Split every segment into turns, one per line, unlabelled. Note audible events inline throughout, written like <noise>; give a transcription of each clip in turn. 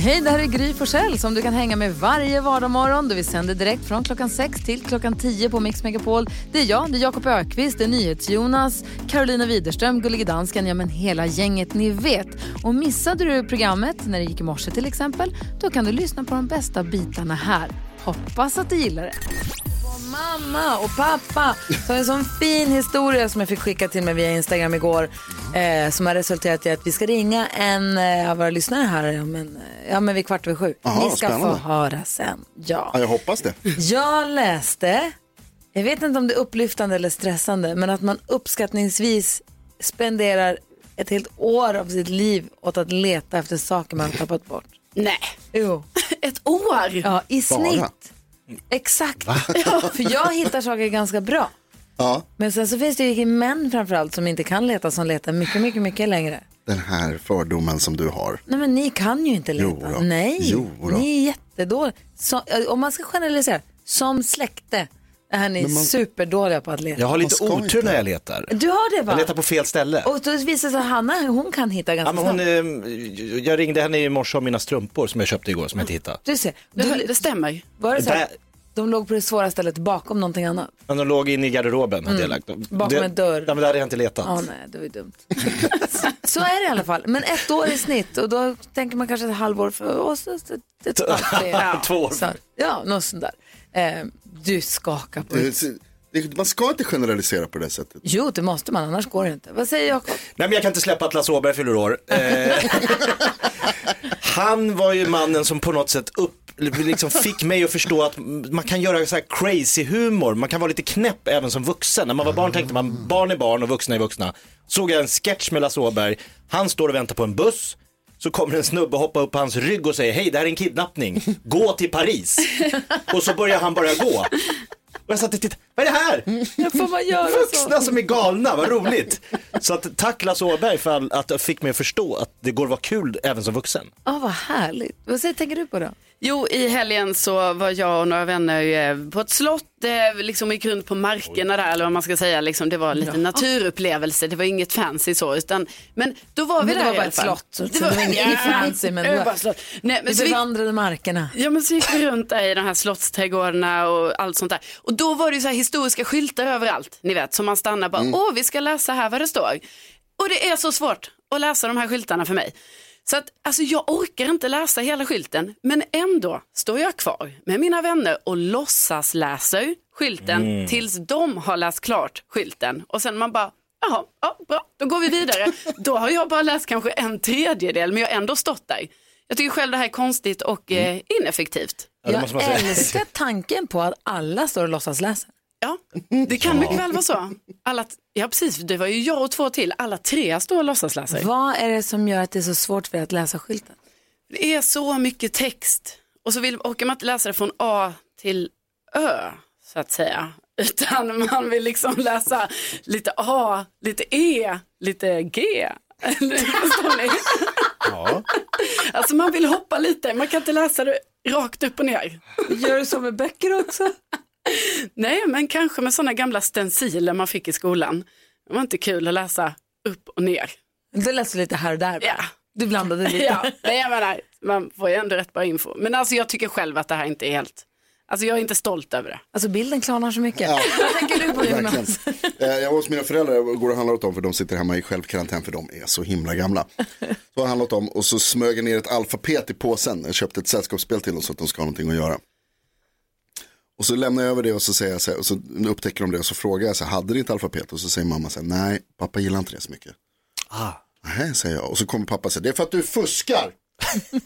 Hej, det här är Gry Forssell som du kan hänga med varje vardagsmorgon. Vi sänder direkt från klockan 6 till klockan 10 på Mix Megapol. Det är jag, det är Jakob Ökvist, det är NyhetsJonas, Carolina Widerström, Gullige Dansken, ja men hela gänget ni vet. Och missade du programmet när det gick i morse till exempel, då kan du lyssna på de bästa bitarna här. Hoppas att du gillar det. Och mamma och pappa så har en sån fin historia som jag fick skicka till mig via Instagram igår. Eh, som har resulterat i att vi ska ringa en eh, av våra lyssnare här om en, eh, ja, men vid kvart över sju.
Aha,
Ni ska
spännande.
få höra sen. Ja.
Ja, jag hoppas det.
Jag läste, jag vet inte om det är upplyftande eller stressande, men att man uppskattningsvis spenderar ett helt år av sitt liv åt att leta efter saker man tappat bort.
Nej,
Jo,
<laughs> ett år?
ja, i
Bara?
snitt. Exakt. Ja, för jag hittar saker ganska bra.
Ja,
Men sen så finns det ju män framförallt som inte kan leta, som letar mycket, mycket, mycket längre.
den här fördomen som du har.
Nej men ni kan ju inte leta.
Jo då.
Nej,
Jo då.
ni är jättedåliga. Så, om man ska generalisera, som släkte är ni superdåliga på att leta.
Jag har lite
ska
otur
inte.
när jag letar.
Du har det va?
Jag letar på fel ställe.
Och då visar det sig att Hanna, hon kan hitta
Ja,
ganska
men hon,
snabbt.
eh, jag ringde henne i morse om mina strumpor som jag köpte igår som jag inte hittade.
Du ser,
Det,
du,
det stämmer.
var det så här,
Där-
de låg på det svåra stället bakom någonting annat?
Men de låg inne i garderoben hade jag lagt dem.
Mm. Bakom
Det-
en dörr.
Ja, men där hade jag inte letat.
Ja, nej, det var ju dumt. <laughs> så är det i alla fall. Men ett år i snitt och då tänker man kanske ett halvår för oss. Ett, ett, ett, <laughs> ja.
Två år.
Så, ja, något sånt där. Eh, du skakar på
Det- Eh, det- Man ska inte generalisera på det sättet.
Jo, det måste man, annars går det inte. Vad säger Jakob?
Nej men jag kan inte släppa att Lasse Åberg fyller år. Eh, han var ju mannen som på något sätt upp, liksom fick mig att förstå att man kan göra så här crazy humor, man kan vara lite knäpp även som vuxen. När man var barn tänkte man barn är barn och vuxna är vuxna. Såg jag en sketch med Lasse Åberg, han står och väntar på en buss. Så kommer en snubbe och hoppar upp på hans rygg och säger hej det här är en kidnappning, gå till Paris. Och så börjar han bara gå. Och jag satt och tittade, vad är det här?
Får man göra
Vuxna som är galna, vad roligt. Så att, tack Lasse Åberg för all, att jag fick mig att förstå att det går att vara kul även som vuxen.
Ja, vad härligt. Vad säger, tänker du på då?
Jo, i helgen så var jag och några vänner eh, på ett slott, eh, liksom gick runt på markerna där, eller vad man ska säga, liksom, det var lite naturupplevelse, det var inget fancy så, utan, men då var vi
Men det
där
var
i
bara
alla
ett
fall.
slott, så
Det
det var
<laughs>
inget fancy, men
det
det
var
var-
bara slott. Nej, men
Vi
så vi
bevandrade markerna.
Ja men så gick vi runt där i de här slottsträdgårdarna och allt sånt där. Och då var det ju så här historiska skyltar överallt, ni vet, som man stannar bara, åh vi ska läsa här vad det står. Och det är så svårt att läsa de här skyltarna för mig. Så att alltså jag orkar inte läsa hela skylten, men ändå står jag kvar med mina vänner och låtsas läser skylten tills de har läst klart skylten. Och sen man bara, jaha, ja, bra, då går vi vidare. då har jag bara läst kanske en tredjedel, men jag har ändå stått där. Jag tycker själv det här är konstigt och eh, ineffektivt.
Ja, det måste man
Jag
säga.
älskar <laughs> tanken på att alla står och låtsas läsa.
Ja, det kan mycket väl vara så. Alla, t- ja, precis. Det var ju jag och två till. Alla tre står och låtsasläser.
Vad är det som gör att det är så svårt för er att läsa skylten?
Det är så mycket text. Och så vill, orkar man inte läsa det från A till Ö, så att säga. <laughs> Utan man vill liksom läsa lite A, lite E, lite G. <laughs> Eller, förstår ni? Alltså man vill hoppa lite, man kan inte läsa det rakt upp och ner.
Gör du så med böcker också?
Nej, men kanske med sådana gamla stenciler man fick i skolan. Det var inte kul att läsa upp och ner.
Du läser lite här och där. bara.
Ja.
Du blandade <laughs> lite.
<laughs> Ja, nej, jag menar, man får ju ändå rätt bra info. Men alltså jag tycker själv att det här inte är helt, alltså jag är inte stolt över det.
Alltså bilden klarnar så mycket.
<laughs> Ja.
Vad tänker du på
Verkligen.
Jonas?
Eh, Jag var hos mina föräldrar, jag går och handlar åt dem för de sitter hemma i självkarantän för de är så himla gamla. <laughs> Så har jag handlat om och så smög jag ner ett alfabet i påsen. Jag köpte ett sällskapsspel till dem så att de ska ha någonting att göra. Och så lämnar jag över det och så, säger jag så, här, och så upptäcker de det och så frågar jag så här, hade ni ett alfabet? Och så säger mamma så här, nej, pappa gillar inte det så mycket. Ah. Nej, säger jag. Och så kommer pappa säga, det är för att
<laughs>
du fuskar.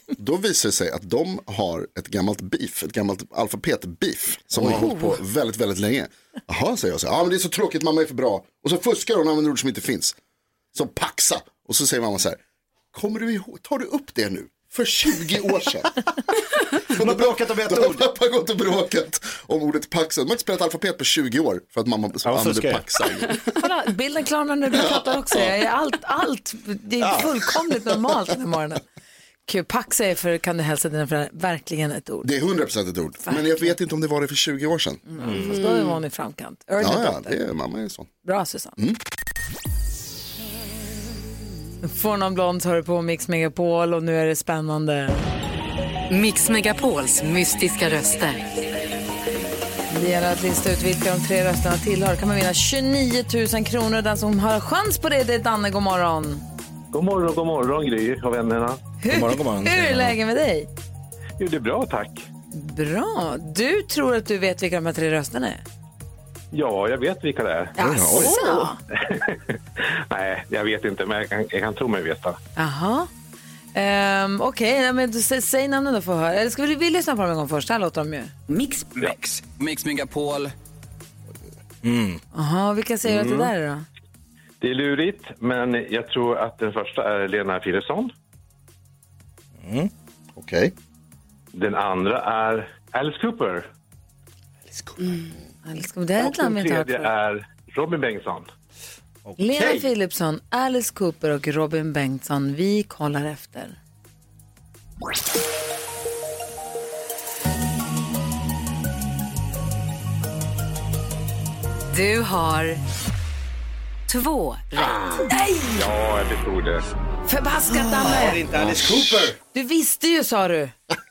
Då visar det sig att de har ett gammalt beef, ett gammalt alfabet-beef som har hållit
Oh.
på väldigt, väldigt länge. Jaha, säger jag så. här, Ja, men det är så tråkigt, mamma är för bra. Och så fuskar hon och använder ord som inte finns. Som paxa. Och så säger mamma så här, kommer du ihåg, tar du upp det nu? för 20 år sedan.
<laughs> De har bråkat om ett
Då har
ord.
pappa gått och bråkat om ordet paxen. De har inte spelat alfabet på 20 år för att mamma
fuskar
använde
ju.
paxen.
Kolla, bilden klarnar nu, du pratar också. Jag är allt, allt, det är fullkomligt normalt den här morgonen. Kul, pax är för, kan du hälsa dina föräldrar, verkligen ett ord.
Det är 100% ett ord. Men jag vet inte om det var det för 20 år sedan.
Mm.
Fast då var hon i framkant. Early
Ja, ja,
adopter.
det är, mamma är sån.
Bra Susanne.
Mm.
Får någon blond så hör du på Mix Megapol och nu är det spännande.
Mix Megapols mystiska röster.
Det gäller att lista ut vilka de tre rösterna tillhör. kan man vinna 29 000 kronor. Den som har chans på det, det är Danne. God morgon.
God morgon, god morgon Gry och vännerna.
God morgon, god morgon.
Hur är läget med dig?
Jo, det är bra tack.
Bra. Du tror att du vet vilka de här tre rösterna är?
Ja, jag vet vilka det är. <laughs>
Jaså?
Nej, jag vet inte, men jag kan, jag kan tro mig veta.
Jaha. Um, Okej, nej, men du, sä- säg namnen då får jag höra. Eller ska vi, vi lyssna på dem en gång först? Så här låter de ju.
Mix
Mix, Mix Megapol.
Jaha, vilka säger du att det där är då?
Det är lurigt, men jag tror att den första är Lena Philipsson.
Okej.
Den andra är Alice Cooper.
Alice Cooper. Det här är
Och
ett namn vi
den
inte har hört
tredje
förut.
är Robin Bengtsson.
Lena Philipsson, Alice Cooper och Robin Bengtsson. Vi kollar efter.
Du har två rätt.
Ja, jag förstod det.
Förbaskat
Det är
Danne!
Mm. inte Alice Cooper.
Du visste ju sa du.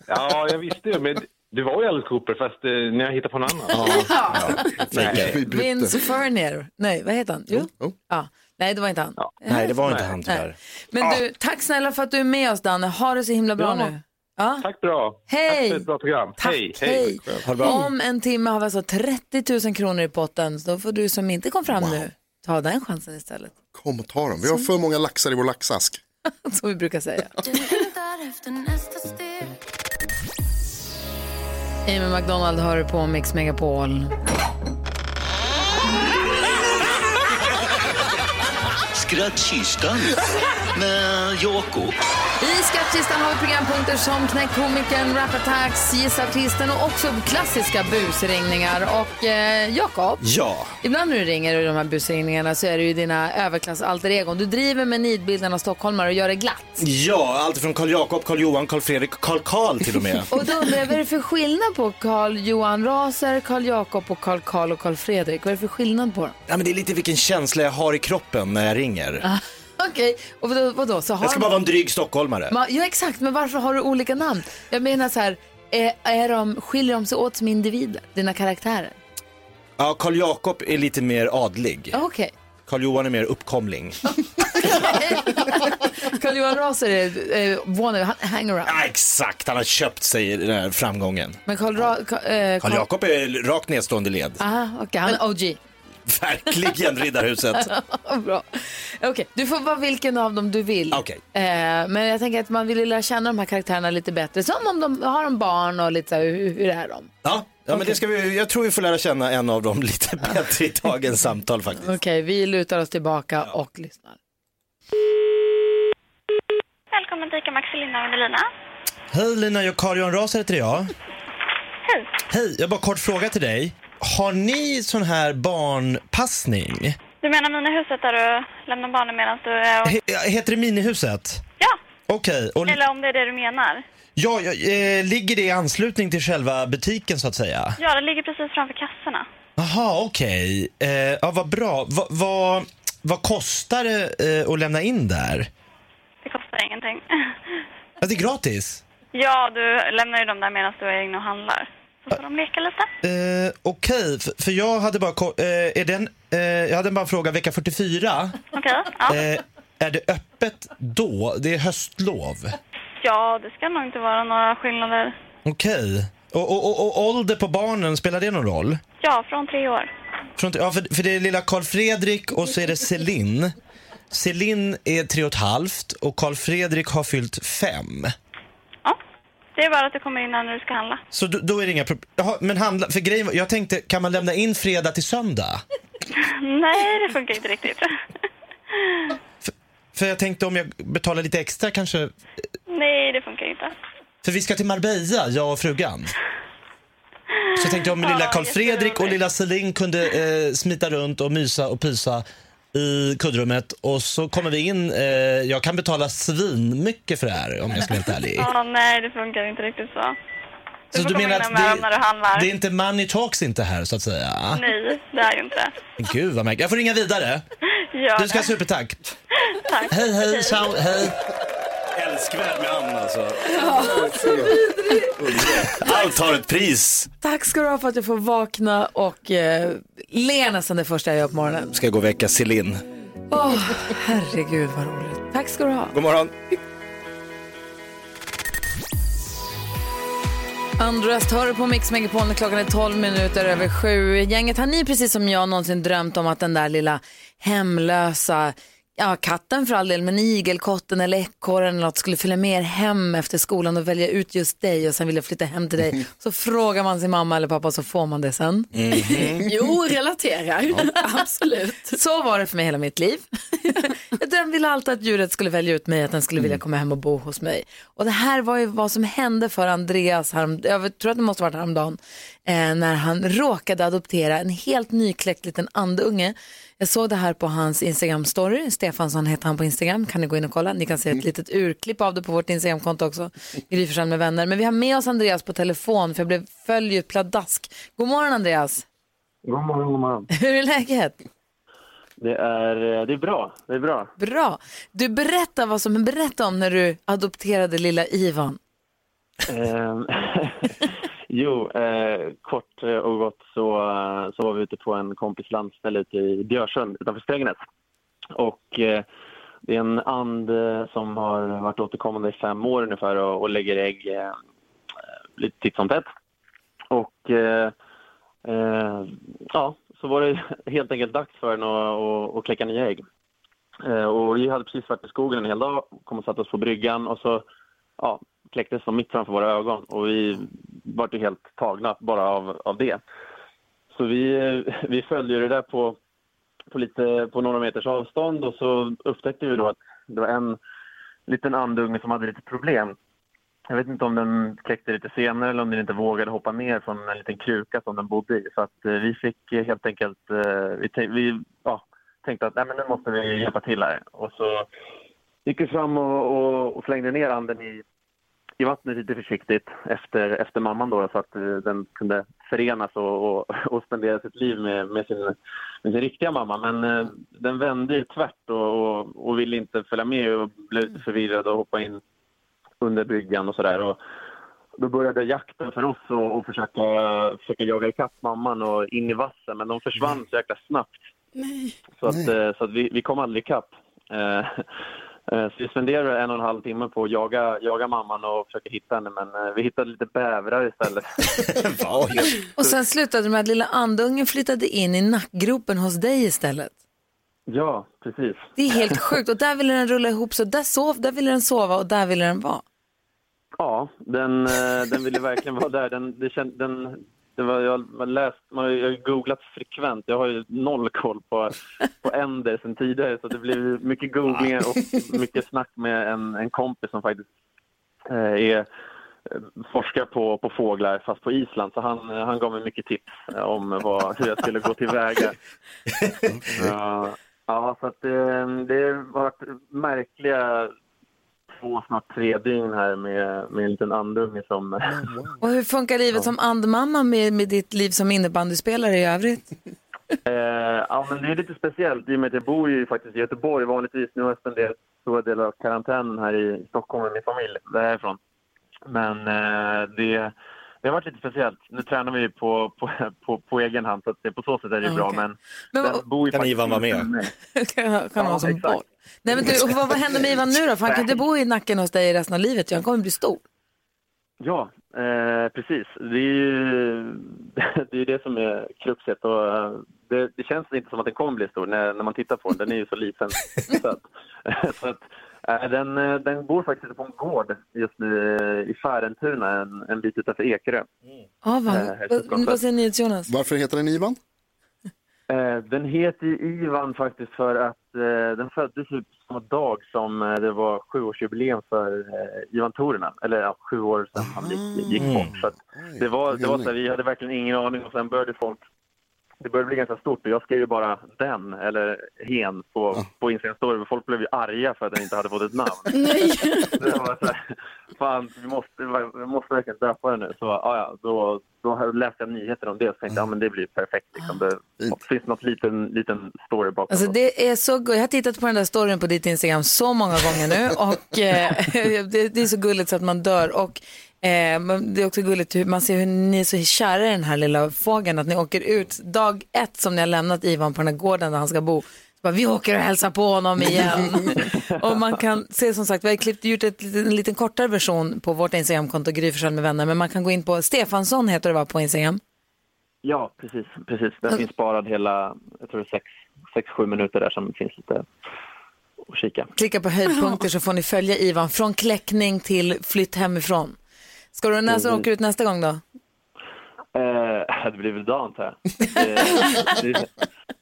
Ja, jag visste ju, men det var ju Alice Cooper, fast eh, när jag hittade på någon annan.
Nej, vi bytte.
Vince Fernier. Nej, vad heter han? Jo.
jo.
Ja. Nej, det var inte han.
Nej, det var inte han
Nej.
tyvärr.
Men du, tack snälla för att du är med oss Danne. Ha det så himla bra
Ja.
nu. Ja.
Tack bra. Tack
Hej!
för ett bra program.
Tack,
hej,
hej.
Ha det bra.
Om en timme har vi alltså 30 000 kronor i potten. Så då får du som inte kom fram nu ta den chansen istället. <laughs>
Kom och ta dem. Vi har för många laxar i vår laxask.
Som vi brukar säga. Amy McDonald hör du på Mix Megapol.
Skrattkistan med Jakob.
I skattkistan har vi programpunkter som Knäck komikern, Rapattax, Gissa artisten och också klassiska busringningar. Och eh, Jakob,
Ja.
ibland när du ringer i de här busringningarna så är det ju dina överklassalter egon. Du driver med nidbilden av stockholmare och gör det glatt.
Ja, allt från Karl Jakob, Karl Johan, Karl Fredrik, Karl Karl till och
<laughs>
med.
Och då undrar jag, vad är det för skillnad på Karl Johan Raser, Karl Jakob och Karl Karl och Karl Fredrik? Vad är det för skillnad på dem?
Ja, men det är lite vilken känsla jag har i kroppen när jag ringer.
Okej, och vadå, vadå? Så har
Jag ska
de-
bara vara en dryg stockholmare.
Ma- Ja exakt, men varför har du olika namn? Jag menar så här, är, är de, skiljer de sig åt som individer, dina karaktärer?
Ja, Karl Jakob är lite mer adlig.
Okej.
Karl Johan är mer uppkomling.
<laughs> Karl-Johan Raser är eh, wannabe, han- hangaround.
Ja, exakt, han har köpt sig den här framgången.
Men Karl Ra- Ka- eh,
Karl
Karl-
Jakob är rakt nedstående led.
Aha, okej, han är OG.
<laughs> Verkligen
<laughs>
Riddarhuset.
Bra. Okej, du får vara vilken av dem du vill.
Okej.
Eh, men jag tänker att man vill ju lära känna de här karaktärerna lite bättre. Som om de har en barn och lite så här, hur, hur är de?
Ja, ja men det ska vi, jag tror vi får lära känna en av dem <laughs> lite bättre i dagens samtal faktiskt.
Okej, vi lutar oss tillbaka och lyssnar.
Välkommen till ICA Maxi, Linda och Evelina.
Hej Lina, jag Carl Johan Ras heter jag.
Hej.
Hej, jag har bara kort fråga till dig. Har ni sån här barnpassning?
Du menar minihuset där du lämnar barnen medan du är och...
He- heter det minihuset?
Ja,
Okej, och
eller om det är det du menar.
ja, ja, eh, ligger det i anslutning till själva butiken så att säga?
Ja, det ligger precis framför kassorna.
Jaha, okej. Eh, ja, vad bra. Va, va, vad kostar det eh, att lämna in där?
Det kostar ingenting.
Ja, det är gratis.
Ja, du lämnar ju dem där medan du är inne och handlar. Så får de leka lite.
Eh, Okej, f- för jag hade bara ko- eh, är den, eh, Jag hade bara en fråga, vecka 44.
Okej, ja.
Eh, är det öppet då? Det är höstlov.
Ja, det ska nog inte vara några skillnader.
Okej. Och, och, och, och ålder på barnen, spelar det någon roll?
Ja, från tre år.
Från, ja, för, för det är lilla Karl Fredrik och så är det Celine. Celine är tre och ett halvt och Karl Fredrik har fyllt fem.
Ja. Det är bara att du kommer in här när du ska handla.
Så då, då är det inga problem. Jaha, men handla, för grejen var- jag tänkte, kan man lämna in fredag till söndag?
Nej, det funkar inte riktigt. <laughs>
För jag tänkte om jag betalar lite extra kanske
Nej, det funkar inte. inte.
För vi ska till Marbella, jag och frugan. Så tänkte jag om lilla Karl Fredrik och lilla Celine kunde eh, smita runt och mysa och pysa i kuddrummet och så kommer vi in, eh, jag kan betala svinmycket för det här om jag ska vara helt ärlig.
<laughs> Ja, nej, det funkar inte riktigt så. Du
Så
får
du
komma
menar
in
att
med
det-
när du handlar.
Det är inte money talks inte här så att säga?
Nej, det är ju inte.
Gud vad märkligt. Jag får ringa vidare.
Gör
Du ska ha
det.
supertack.
<laughs> Tack.
Hej hej, ciao, hej.
Älskvärd med Ann alltså.
Så vidrig.
Allt har ett pris.
Tack ska du ha för att jag får vakna och eh, le nästan det första jag gör på morgonen.
Ska jag gå och väcka Celine.
Åh, herregud vad roligt. Tack ska du ha.
God morgon.
Andröst hör du på Mix Megapol när klockan är 12 minuter över sju. Gänget, har ni precis som jag någonsin drömt om att den där lilla hemlösa, ja katten för all del, men igelkotten eller ekorren eller något skulle följa med er hem efter skolan och välja ut just dig och sen vilja flytta hem till dig. Så frågar man sin mamma eller pappa så får man det sen.
Jo, relaterar. <laughs> Absolut.
Så var det för mig hela mitt liv. den ville alltid att djuret skulle välja ut mig, att den skulle vilja komma hem och bo hos mig. Och det här var ju vad som hände för Andreas, härom, jag tror att det måste ha varit häromdagen, eh, när han råkade adoptera en helt nykläckt liten andunge. Jag såg det här på hans Instagram-story, Stefansson heter han på Instagram, kan ni gå in och kolla. Ni kan se ett litet urklipp av det på vårt Instagram-konto också, Gry Forssell med vänner. Men vi har med oss Andreas på telefon, för jag blev följer pladask. God morgon Andreas,
God morgon, god morgon.
hur är läget?
Det är, det är bra. Det är bra.
Bra. Du berättar vad som berätta om när du adopterade lilla Ivan.
Ehm, <laughs> jo, eh, kort och gott så, eh, så var vi ute på en kompis landställe ute i Björsön utanför Strängnäs. Och eh, det är en and eh, som har varit återkommande i fem år ungefär och, och lägger ägg eh, lite titt som tätt. Och eh, eh, ja, så var det <laughs> helt enkelt dags för den att, att, att kläcka nya ägg. Eh, och vi hade precis varit i skogen en hel dag, kom och satte oss på bryggan och så ja, kläcktes de mitt framför våra ögon och vi var ju helt tagna bara av, av det. Så vi, vi följde ju det där på, på, lite, Eh, på några meters avstånd och så upptäckte vi då att det var en liten andunge som hade lite problem. Jag vet inte om den kläckte lite senare eller om den inte vågade hoppa ner från en liten kruka som den bodde i. Så att eh, vi fick eh, helt enkelt, eh, vi, tän- vi ja, tänkte att nej, men nu måste vi hjälpa till här. Och så gick vi fram och, och, och slängde ner anden i, i vattnet lite försiktigt efter, efter mamman då, så att eh, den kunde förenas och, och, och spendera sitt liv med, med, sin, med sin riktiga mamma. Men eh, den vände ju tvärt och, och, och ville inte följa med och blev lite förvirrad och hoppa in under bryggan och sådär. Och Då började jakten för oss och, och försöka, försöka jaga ikapp mamman och in i vassen, men de försvann så jäkla snabbt.
Nej.
Så att, eh, så att vi, vi kom aldrig ikapp. Eh, eh, Så vi spenderade en och en halv timme på att jaga, jaga mamman och försöka hitta henne, men eh, vi hittade lite bävrar istället.
Och sen slutade det med att lilla andungen flyttade in i nackgropen hos dig istället.
ja, precis.
Det är helt
<laughs>
sjukt. Och där ville den rulla ihop så där, sov, där ville den sova och där ville den vara.
Ja, den, eh, den ville verkligen vara där. Den, det känd, den, det var, jag har läst, man har, ju- jag har ju googlat frekvent. Jag har ju noll koll på, på änder sen tidigare. Så det blev mycket googlingar och mycket snack med en, en kompis som faktiskt eh, är eh, forskar på, på fåglar fast på Island. Så han, eh, han gav mig mycket tips eh, om vad, hur jag skulle gå tillväga. Ja, ja, så att eh, det har varit märkliga två, snart tre dygn här med, med en liten andunge som...
Och hur funkar livet som andmamma med, med ditt liv som innebandyspelare i övrigt?
<laughs> eh, ja, men det är lite speciellt i och med att jag bor ju faktiskt i Göteborg vanligtvis. Nu har jag spenderat stora delar av karantänen här i Stockholm med min familj därifrån. Men eh, det, det har varit lite speciellt. Nu tränar vi ju på, på, <laughs> på, på egen hand så att det, på så sätt är det
Ja,
bra.
Ah, okej.
Men,
Men
den
vad-
bor ju
Kan
faktiskt
Ivan vara
inte
med?
mig.
<laughs> kan jag- kan
Ja,
ha som
exakt.
boll. Nej, men du, och vad, vad händer med Ivan nu då? För han kan inte bo i nacken hos dig resten av livet. ju. Han kommer bli stor.
Ja, eh, precis. Det är ju <laughs> det, är ju det som är kruxet. Och, eh, det, det känns inte som att den kommer bli stor när, när man tittar på den. Den är ju så liten. så att, <laughs> så att, eh, den, eh, den bor faktiskt på en gård just nu eh, i Färentuna, en, en bit utanför Ekerö.
Ja, vad,
Eh,
vad, vad säger ni Jonas?
Varför heter den Ivan?
Eh, Den heter ju Ivan faktiskt för att eh, den föddes ju samma dag som eh, det var sjuårsjubileum för eh, Ivan Torinen. Eller ja, sju år sedan han gick, gick bort. Så att det var, det var så här, vi hade verkligen ingen aning och sen började folk det började bli ganska stort och jag skrev ju bara den, eller hen, på, på Instagram story. Folk blev ju arga för att den inte hade fått
<laughs>
ett namn.
Nej.
Det var så här, fan, vi måste, vi måste verkligen döpa den nu. Så ja, ja, då, då läste jag nyheter om det och tänkte, ja men det blir perfekt. Liksom. Det finns något liten, liten story bakom.
Alltså det är så gu- Jag har tittat på den där storyn på ditt Instagram så många gånger nu och eh, det, det är så gulligt så att man dör. Och eh, men det är också gulligt hur man ser hur ni är så kära i den här lilla fågeln att ni åker ut dag ett som ni har lämnat Ivan på den här gården där han ska bo. Så bara, vi åker och hälsar på honom igen. och man kan se som sagt, vi har klippt, gjort ett, litet- en liten kortare version på vårt Instagramkonto Gry Forssell med vänner. Men man kan gå in på Stefansson heter det va på Instagram.
Ja, precis. precis.
Alltså-
Den finns sparad hela, jag tror det är sex, sex, sju minuter där som finns lite att kika.
Klicka på höjdpunkter så får ni följa Ivan från kläckning till flytt hemifrån. Ska du när så
Mm.
åker ut nästa gång då?
Eh, <laughs> det blir väl idag antar
<laughs>
jag. Eh, det-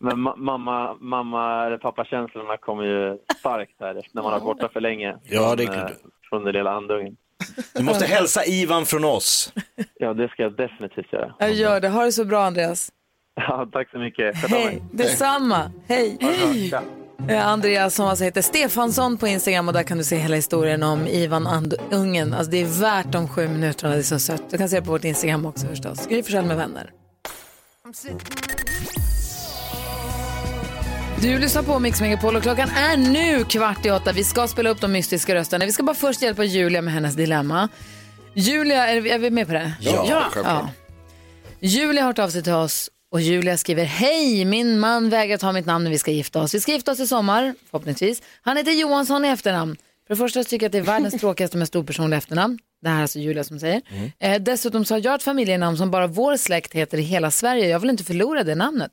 Men ma- mamma, mamma eller pappakänslorna kommer ju starkt här när man har varit borta för länge.
Ja, det är
Från,
klart.
eh, Från den lilla andungen.
Du måste hälsa Ivan från oss.
Ja, det ska jag definitivt göra. <laughs>
Jag gör det. Ha det så bra Andreas.
Ja, tack så mycket. Sköt om
Hej,
er.
detsamma. Hej. Hej. Eh, Andreas som alltså heter Stefansson på Instagram och där kan du se hela historien om Ivan Andungen. Alltså det är värt de sju minuterna, det är så sött. Du kan se det på vårt Instagram också förstås. Gry Forssell med vänner. Du lyssnar på Mix Megapol och klockan är nu kvart i åtta. Vi ska spela upp de mystiska rösterna. Vi ska bara först hjälpa Julia med hennes dilemma. Julia, är vi, är vi med på det?
Ja, självklart.
Julia har hört av sig till oss och Julia skriver Hej, min man vägrar ta mitt namn när vi ska gifta oss. Vi ska gifta oss i sommar, förhoppningsvis. Han heter Johansson i efternamn. För det första så tycker jag att det är världens tråkigaste med storpersonliga efternamn. Det här är alltså Julia som säger.
Mm.
Eh, dessutom så har jag ett familjenamn som bara vår släkt heter i hela Sverige. Jag vill inte förlora det namnet.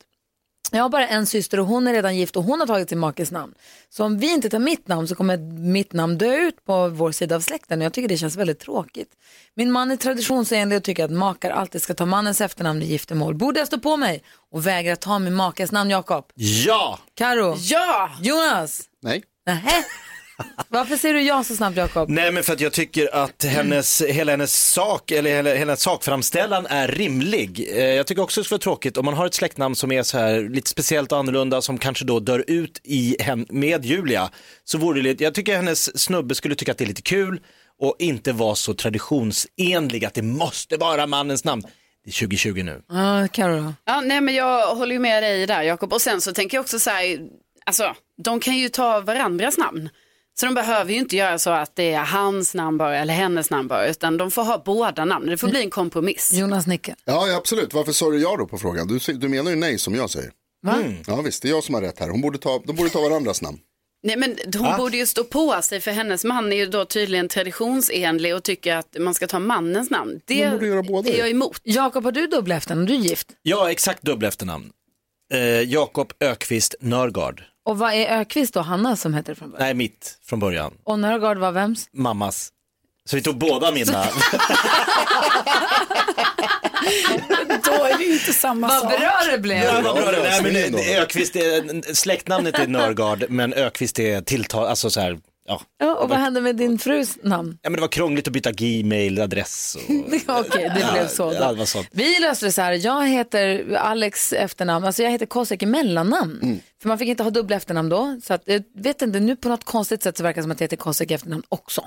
Jag har bara en syster och hon är redan gift och hon har tagit sin makes namn. Så om vi inte tar mitt namn så kommer mitt namn dö ut på vår sida av släkten och jag tycker det känns väldigt tråkigt. Min man är traditionsenlig och tycker att makar alltid ska ta mannens efternamn i giftermål. Borde jag stå på mig och vägra ta min makes namn, Jakob?
Ja!
Karo?
Ja!
Jonas?
Nej.
Nähä? Varför säger du ja så snabbt, Jakob?
Nej men för att jag tycker att hennes, hela hennes sak, eller hela, hela hennes sakframställan är rimlig. Eh, Jag tycker också det skulle vara tråkigt om man har ett släktnamn som är så här lite speciellt och annorlunda som kanske då dör ut i hen, med Julia. Så vore det lite, jag tycker hennes snubbe skulle tycka att det är lite kul och inte vara så traditionsenlig att det måste vara mannens namn. Det är 2020 nu.
Ja, Karo då?
Ja, nej, men jag håller ju med dig där Jakob. Och sen så tänker jag också så här, alltså, de kan ju ta varandras namn. Så de behöver ju inte göra så att det är hans namn bara eller hennes namn bara, utan de får ha båda namn. Det får bli en kompromiss.
Jonas nickar.
Ja, ja, absolut. Varför sa du ja då på frågan? Du, du menar ju nej som jag säger. Mm.
Va?
Ja, visst, det är jag som har rätt här. Hon borde ta, de borde ta varandras namn.
Nej, men hon
Va?
borde ju stå på sig för hennes man är ju då tydligen traditionsenlig och tycker att man ska ta mannens namn. Det är jag emot.
Jakob, har du dubbla efternamn? Du är gift.
Ja, exakt dubbla efternamn. Eh, Jakob Ökvist Nörgard.
Och vad är Ökvist då, Hanna som heter det från början?
Nej, mitt från början.
Och Nörgaard var vems?
Mammas. Så vi tog båda mina. <laughs>
Då är det ju inte samma
Vad
sak.
bra det blev.
Ja, vad bra det är. Nej, men Ökvist är, släktnamnet är Nörgard, men Ökvist är tilltal, alltså så här, ja.
Ja, och vad hände med din frus namn?
ja men det var krångligt att byta Gmail-adress. och-
Okej, <laughs> det blev så.
Ja,
Då.
det var sånt.
Vi löste det så här, jag heter Alex efternamn, alltså jag heter Kosek i mellannamn. För man fick inte ha dubbla efternamn då. Så att, jag vet inte, nu på något konstigt sätt så verkar det som att jag heter Kosek i efternamn också.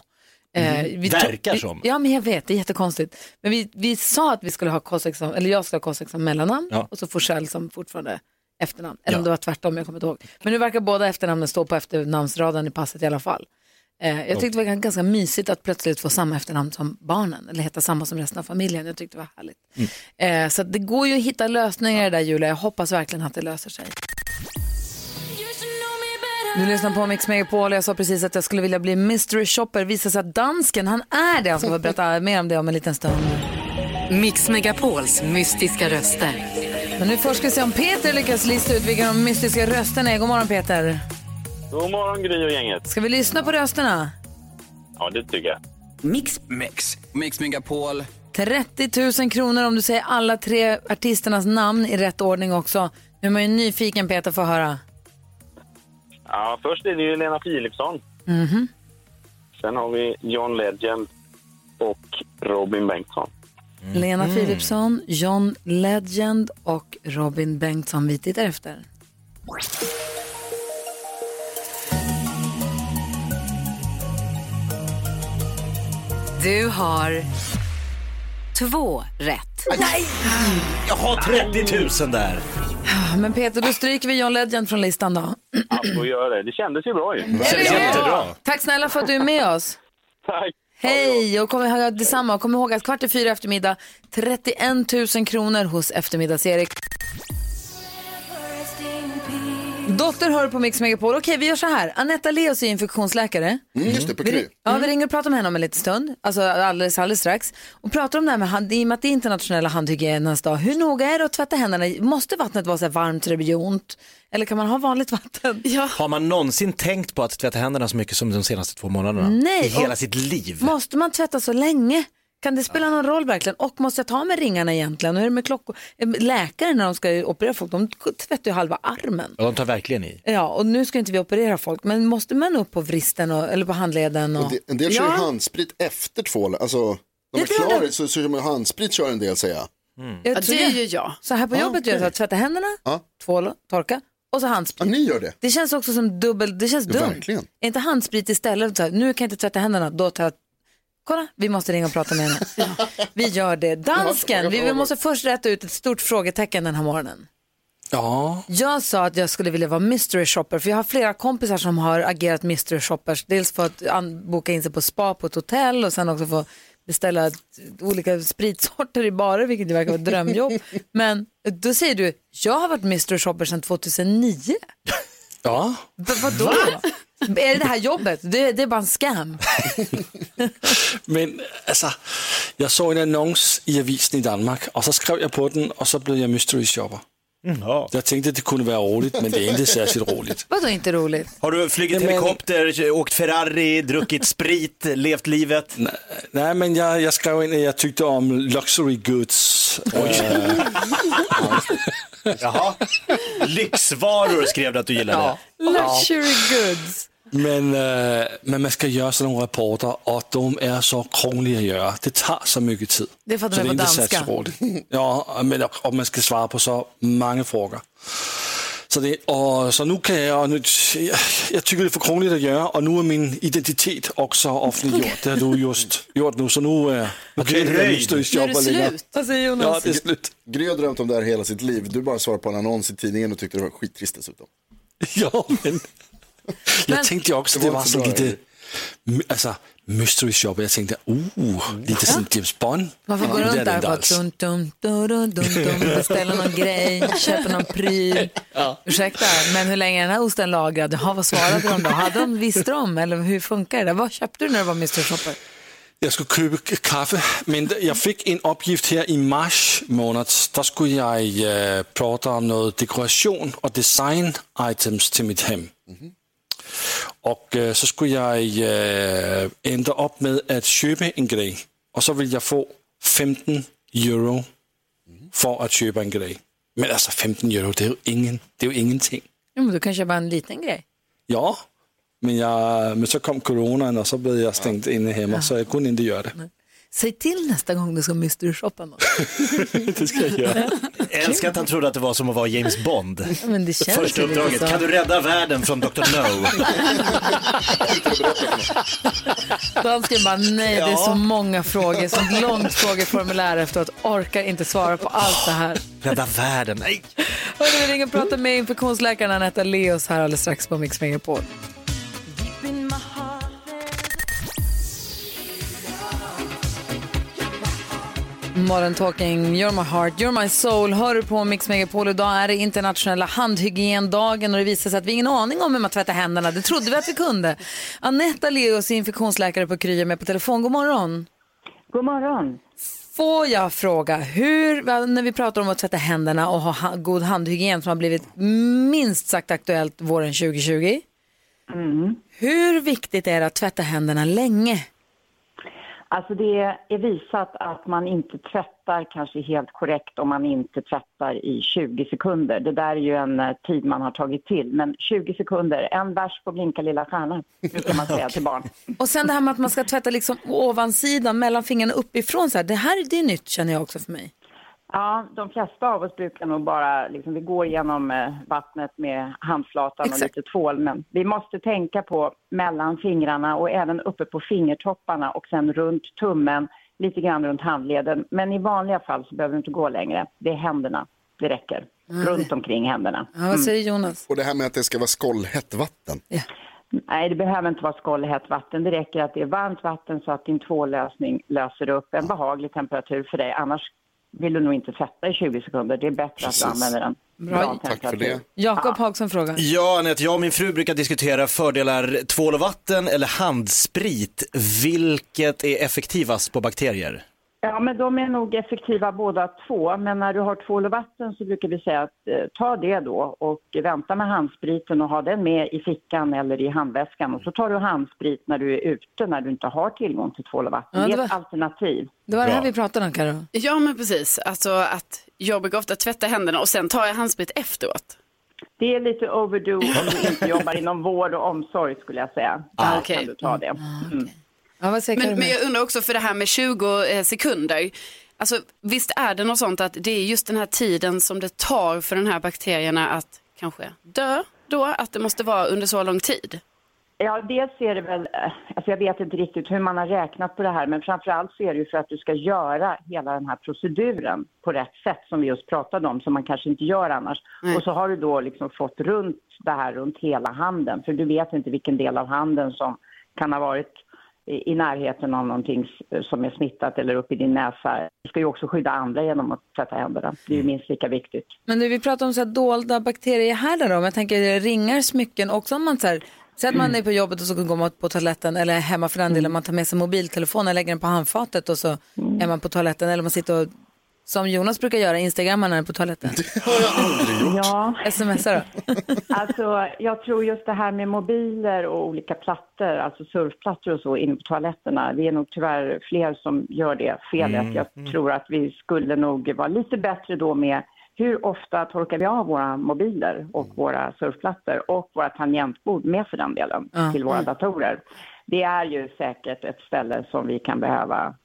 Eh,
Mm,
tog-
verkar
vi,
som.
Ja men jag vet, det är jättekonstigt. Men vi, vi sa att vi skulle ha Kosek som, eller jag skulle ha Kosek som mellannamn
Ja.
och så Forsell som fortfarande efternamn. Eller om det var tvärtom, jag kommer inte ihåg. Men nu verkar båda efternamnen stå på efternamnsraden i passet i alla fall. Eh, jag tyckte det var ganska mysigt att plötsligt få samma efternamn som barnen, eller heta samma som resten av familjen. Jag tyckte det var härligt.
Mm.
Eh, så att det går ju att hitta lösningar i det där Julia. Jag hoppas verkligen att det löser sig. Du lyssnar på Mix Megapol. Jag sa precis att jag skulle vilja bli mystery shopper. Visar sig att dansken, han är det. Han ska få berätta mer om det om en liten stund.
Mix Megapols mystiska röster.
Men nu först ska vi se om Peter lyckas lista ut vilka de mystiska rösterna är. God morgon Peter.
God morgon Gry och gänget.
Ska vi lyssna på rösterna?
Ja, det tycker jag.
Mix. Mix. Mix Megapol.
30 000 kronor om du säger alla tre artisternas namn i rätt ordning också. Nu är man ju nyfiken Peter för att höra.
Ja, först är det ju Lena Philipsson.
Mm-hmm.
Mhm.
Sen har vi John Legend och Robin Bengtsson.
Lena Philipsson, John Legend och Robin Bengtsson vi tittar efter.
Du har två rätt.
Nej! Jag har 30 000 där.
Ah, Men Peter, då stryker vi John Legend från listan då.
Ja, får göra det. Det kändes ju bra ju.
Tack snälla för att du är med oss.
Tack.
Hej, och kom ihåg, detsamma. Och kom ihåg att kvart i fyra eftermiddag, 31 000 kronor hos eftermiddags-Erik. Dotter hör på Mix Megapol. Okej, vi gör så här. Anetta Leos är infektionsläkare.
Mm, just det, på Kry.
Vi, ja, vi ringer och pratar med henne om en liten stund, alltså alldeles, alldeles strax. Och pratar om det här med hand, i och med att det är internationella handhygienens dag. Hur noga är det att tvätta händerna? Måste vattnet vara så här varmt så det blir ont? Eller kan man ha vanligt vatten?
Har man någonsin tänkt på att tvätta händerna så mycket som de senaste två månaderna?
Nej,
I hela
och-
sitt liv.
Måste man tvätta så länge? Kan det spela någon roll verkligen? Och måste jag ta med ringarna egentligen? Och hur är det med klockor? Eh, Läkare när de ska operera folk, de tvättar ju halva armen.
Ja, de tar verkligen i.
Ja, och nu ska inte vi operera folk, men måste man upp på vristen och, eller på handleden? Och...
Och det, en del kör
ja.
ju handsprit efter tvålen. Alltså, när man
Det tror jag.
är klar så, så kör man handsprit kör en del säger jag.
Jag tror jag- Så här på
Ah,
jobbet gör jag så
okej.
att tvätta händerna,
mm. Ja.
tvåla, torka och så handsprit.
Ja, ni gör det.
Det känns också som dubbel, det känns
Ja,
dumt.
verkligen.
Är inte handsprit istället, så här, nu kan jag inte tvätta händerna, då tar jag Kolla, vi måste ringa och prata med henne. Vi gör det. Dansken, vi, vi måste först rätta ut ett stort frågetecken den här morgonen.
Ja.
Jag sa att jag skulle vilja vara mystery shopper för jag har flera kompisar som har agerat mystery shoppers. Dels för att an- boka in sig på spa på ett hotell och sen också få beställa ett- olika spritsorter i barer vilket ju verkar vara ett drömjobb. Men då säger du, jag har varit mystery shopper sedan 2009.
Ja.
V- vadå? Är det det här jobbet? Det, det är bara en scam.
Men altså, jeg så en annons i avisen i Danmark, og så skrev jeg på den, og så blev jeg mystery shopper.
Mm,
Jeg tænkte, det kunne være roligt, men det er ikke særligt roligt.
Vadå inte roligt?
Har du flugit
Nej, men-
helikopter, åkt Ferrari, druckit sprit, <laughs> levt livet?
Nej, men jeg, jeg skrev ind, at jeg tykte om luxury goods. Øh,
<laughs> Jaha. Lyxvaror skrev du att du gillade.
Ja.
Luxury goods.
Men, øh, men man skal gøre sådan nogle rapporter, og de er så kronlige at gøre. Det tager så
<laughs>
mycket tid.
Det er for, at
så
man
det
er på
ikke
dansker.
roligt. Ja, og, men, og- og man skal svare på så mange frågor. Så, det, og, så nu kan jeg, og nu, jeg, jeg tykker det er for kronligt at gøre, og nu er min identitet også offentliggjort. Det har du just gjort nu, så nu, øh, nu kan jeg ikke være mysteryshopper længere.
Vad säger
Ja,
Jonas?
det är slut.
Gry har drömt om det här hela sitt liv. Du bara svarade på en annons i tidningen och tyckte det var skittrist dessutom.
Ja, men... Jag tänkte ju också, det var
inte så
så
bra,
lite, alltså mystery shop, jag tänkte, uh, lite som James Bond.
Varför
Men
går
det
du
är
runt där
det
och
inte
bara
alls.
dum, dum, dum, dum, dum, dum, beställer någon grej, köper någon pryl. Ursäkta, men hur länge är den här osten lagrad? Jaha, vad svarade de då? Hade de, visste de? Eller hur funkar det? där? Vad köpte du när du var Mr Shopper?
Jag skulle köpa kaffe, men jag fick en uppgift här i mars månad. Där skulle jag eh, prata om något dekoration och design items till mitt hem. Och eh, så skulle jag eh, ända upp med att köpa en grej och så vill jag få 15 euro för att köpa en grej. Men alltså 15 euro, det är ju, ingen, det är ju ingenting.
Jo, men du kan köpa en liten grej.
Ja, men, jag, men så kom coronan och så blev jag stängd inne hemma så jag kunde inte göra det.
Säg till nästa gång du ska Mr Shoppa någon.
det ska
<laughs>
jag göra.
Jag älskar att han trodde att det var som att vara James Bond.
Ja, Men det känns
Första
ju lite
uppdraget,
så.
kan du rädda världen från
<laughs>
Dr. No?
Dansken bara, nej, det är så
Ja.
många frågor, så långt frågeformulär efteråt, orkar inte svara på allt det här.
Rädda världen, nej.
Hörde vi ringer och pratar med infektionsläkaren Anetta Leos här alldeles strax på Mix Megapol. Modern Talking, You're My Heart, You're My Soul. Hör du på Mix Megapol? Idag är det internationella handhygiendagen och det visar sig att vi har ingen aning om hur man tvättar händerna. Det trodde vi att vi kunde. Anetta Leos, infektionsläkare på Kry, är med på telefon. God morgon.
God morgon.
Får jag fråga, hur, när vi pratar om att tvätta händerna och ha ha god handhygien som har blivit minst sagt aktuellt våren 2020. Hur viktigt är det att tvätta händerna länge?
Alltså det är visat att man inte tvättar kanske helt korrekt om man inte tvättar i 20 sekunder. Det där är ju en eh, tid man har tagit till, men 20 sekunder, en vers på Blinka lilla stjärna, brukar man säga till barn.
Och sen det här med att man ska tvätta liksom ovansidan, mellan fingrarna uppifrån. Så här. Det här det är nytt känner jag också för mig.
Ja, de flesta av oss brukar nog bara, liksom, vi går genom eh, vattnet med handflatan och lite tvål, men vi måste tänka på mellan fingrarna och även uppe på fingertopparna och sen runt tummen, lite grann runt handleden. Men i vanliga fall så behöver du inte gå längre, det är händerna, det räcker. Runt omkring händerna.
Jonas?
Och det här med att det ska vara skållhett vatten.
Nej, det behöver inte vara skållhett vatten. Det räcker att det är varmt vatten så att din tvållösning löser upp en behaglig temperatur för dig. Annars vill du nog inte tvätta i 20 sekunder. Det är bättre
Precis.
att du använder en
Bra. Tack för det.
Jakob Hagström frågar.
Ja, Anette, jag och min fru brukar diskutera fördelar tvål och vatten eller handsprit. Vilket är effektivast på bakterier?
Ja, men de är nog effektiva båda två. Men när du har tvål och vatten så brukar vi säga att eh, ta det då och vänta med handspriten och ha den med i fickan eller i handväskan. Och så tar du handsprit när du är ute, när du inte har tillgång till tvål och vatten.
Ja,
det
det
är ett alternativ.
Det var det här vi pratade om, Karo.
Ja, men precis. Alltså att jag brukar ofta tvätta händerna och sen tar jag handsprit efteråt.
Det är lite overdue om du inte jobbar inom vård och omsorg skulle jag säga. Där
Ah,
kan
okej.
du ta det. Mm.
men, men jag undrar också för det här med 20 eh, sekunder. Alltså, visst är det något sånt att det är just den här tiden som det tar för den här bakterierna att kanske dö då, att det måste vara under så lång tid?
Ja, dels är det väl, eh, alltså jag vet inte riktigt hur man har räknat på det här, men framförallt så är det ju för att du ska göra hela den här proceduren på rätt sätt som vi just pratade om, som man kanske inte gör annars.
Nej.
Och så har du då liksom fått runt det här runt hela handen, för du vet inte vilken del av handen som kan ha varit i i närheten av någonting s- som är smittat eller upp i din näsa. Du ska ju också skydda andra genom att tvätta händerna. Det är ju minst lika viktigt.
Men nu, vi pratar om så här dolda bakteriehärdar då. Om jag tänker ringar, smycken också om man så här, säg att man är på jobbet och så går man på toaletten eller hemma för den delen, man tar med sig mobiltelefonen, lägger den på handfatet och så är man på toaletten eller man sitter och, som Jonas brukar göra, instagrammar när han är på
<laughs>
toaletten.
Ja.
Smsar då?
Alltså, jag tror just det här med mobiler och olika plattor, alltså surfplattor och så inne på toaletterna. Det är nog tyvärr fler som gör det felet.
Mm.
Jag tror att vi skulle nog vara lite bättre då med hur ofta torkar vi av våra mobiler och
Mm.
våra surfplattor och våra tangentbord med för den delen
Ja.
till våra
Mm.
datorer. Det är ju säkert ett ställe som vi kan behöva,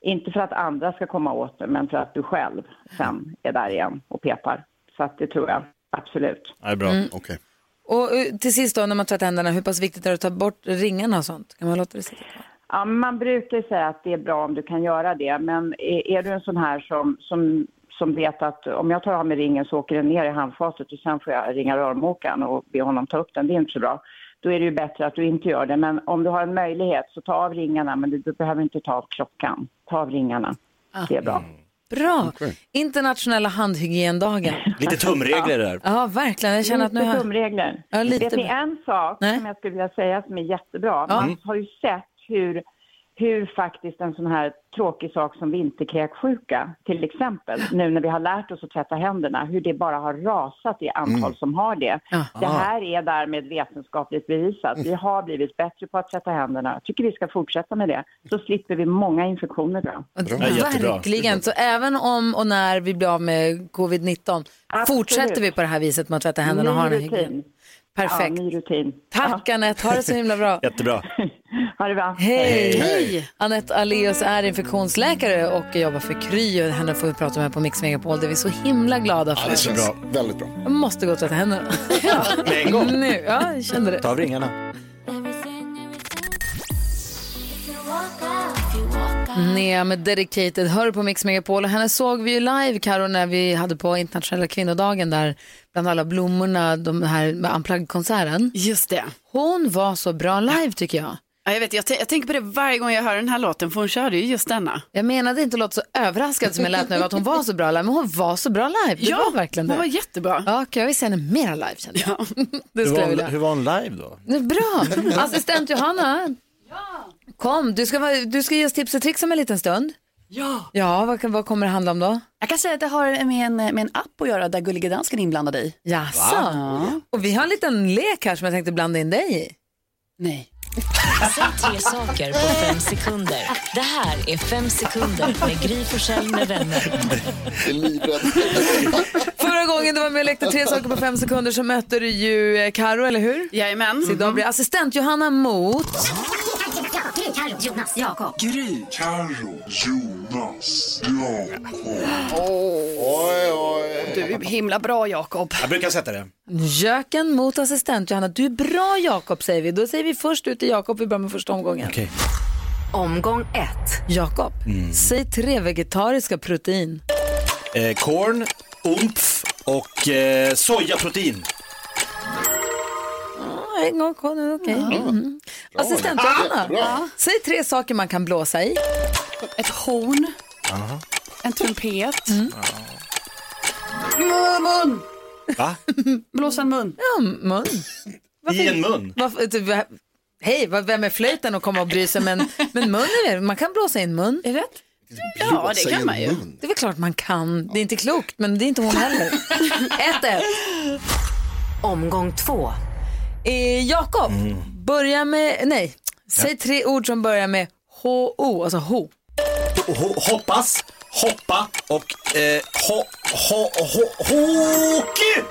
inte för att andra ska komma åt det, men för att du själv sen är där igen och petar. Så att det tror jag absolut.
Ja, det är bra.
Mm.
Okej.
Och eh, till sist då när man tvättar händerna, hur pass viktigt är det att ta bort ringarna och sånt? Kan man låta det sitta kvar?
Ja, man brukar säga att det är bra om du kan göra det, men är, är du en sån här som, som, som vet att om jag tar av mig ringen så åker den ner i handfatet och sen får jag ringa rörmokaren och be honom ta upp den, det är inte så bra. Då är det ju bättre att du inte gör det, men om du har en möjlighet så ta av ringarna, men du, du behöver inte ta av klockan. Ta av ringarna, det är bra.
Bra! Internationella handhygiendagen.
Lite tumregler där.
Ja, verkligen. Jag känner att nu
Lite
har...
tumregler.
Ja, lite...
Vet ni en sak som jag skulle vilja säga som är jättebra? Man har ju sett hur, hur faktiskt en sån här tråkig sak som vinterkräksjuka till exempel, nu när vi har lärt oss att tvätta händerna, hur det bara har rasat i antal
Mm.
som har det.
Ja.
Det här är därmed vetenskapligt bevisat. Vi har blivit bättre på att tvätta händerna. Jag tycker vi ska fortsätta med det. Så slipper vi många infektioner då.
Verkligen. Så även om och när vi blir av med covid-19 fortsätter vi på det här viset med att tvätta händerna och ha
Ny
den här
rutin.
hygien. Perfekt.
Ja, ny rutin.
Tack Anette, ha det så himla
<laughs>
bra.
Jättebra.
Ha det bra.
Hej!
Hej.
Anette Aleus är infektionsläkare och jobbar för Kry. och Henne får vi prata med på Mix Megapol. Det är vi så himla glada för.
Ja, det känns bra. Väldigt bra.
Jag måste gå och tvätta
<laughs>
händerna.
Med en gång.
Nu, ja, jag kände det.
Ta av ringarna.
Nea med Dedicated hör på Mix Megapol och henne såg vi ju live Karo när vi hade på internationella kvinnodagen där bland alla blommorna, de här med Unplugged-konserten.
Just det.
Hon var så bra live tycker jag.
Ja, jag, vet, jag, tän- jag tänker på det varje gång jag hör den här låten, för hon körde ju just denna.
Jag menade inte att låta så överraskad som jag lät nu över att hon var så bra live, men hon var så bra live. Det
Ja,
var verkligen det.
hon var jättebra.
Ja, okej, jag vill se henne mera live kände jag. Det
Hur
skulle
var,
jag
hon,
vilja.
hur var hon live då?
Det är Bra! Assistent Johanna, kom, du ska, vara- du ska ge oss tips och tricks om en liten stund.
Ja.
Ja, vad, kan- vad kommer det handla om då?
Jag kan säga att det har med en, med en app att göra där Gullige Dansken är inblandad i.
Jaså? Och vi har en liten lek här som jag tänkte blanda in dig i.
Nej.
Säg tre saker på fem sekunder. Det här är Fem sekunder med Gry Forssell med vänner.
Jag är livrädd.
Förra gången du var med och lekte tre saker på fem sekunder så mötte du ju eh, Karo, eller
Mm.
hur?
Jajamän.
Så idag blir det assistent Johanna mot...
Gry, Carro, Jonas, Jakob.
Gry, Carro, Jonas, Jakob.
Oj, oj.
Du är himla bra Jakob.
Jag brukar sätta det.
Jöken mot assistent Johanna. Du är bra Jakob säger vi. Då säger vi först ut till Jakob. Vi börjar med första omgången.
Omgång ett.
Jakob, säg tre vegetariska protein.
Eh, korn, umpf och eh, sojaprotein.
Ja, en gång kvar nu, okej. Mm. Assistent Johanna,
Bra.
säg tre saker man kan blåsa i. Ett horn.
En trumpet.
Mm.
Mun! <laughs>
Va?
Blåsa en mun.
Ja, mun. Varför-
en mun?
Varför, typ, va- hej, vad- vem är flöjten att komma och bry sig men, men mun är väl, man kan blåsa in mun. Är det rätt?
Ja, det kan man ju. mun.
Det är väl klart man kan. Det är inte klokt, men det är inte hon heller. ett, ett.
Omgång två.
Eh, Jakob, börja med, nej, säg tre ord som börjar med H-O, alltså ho.
Ho- hoppas, hoppa och eh, ho, ho, ho, hockey!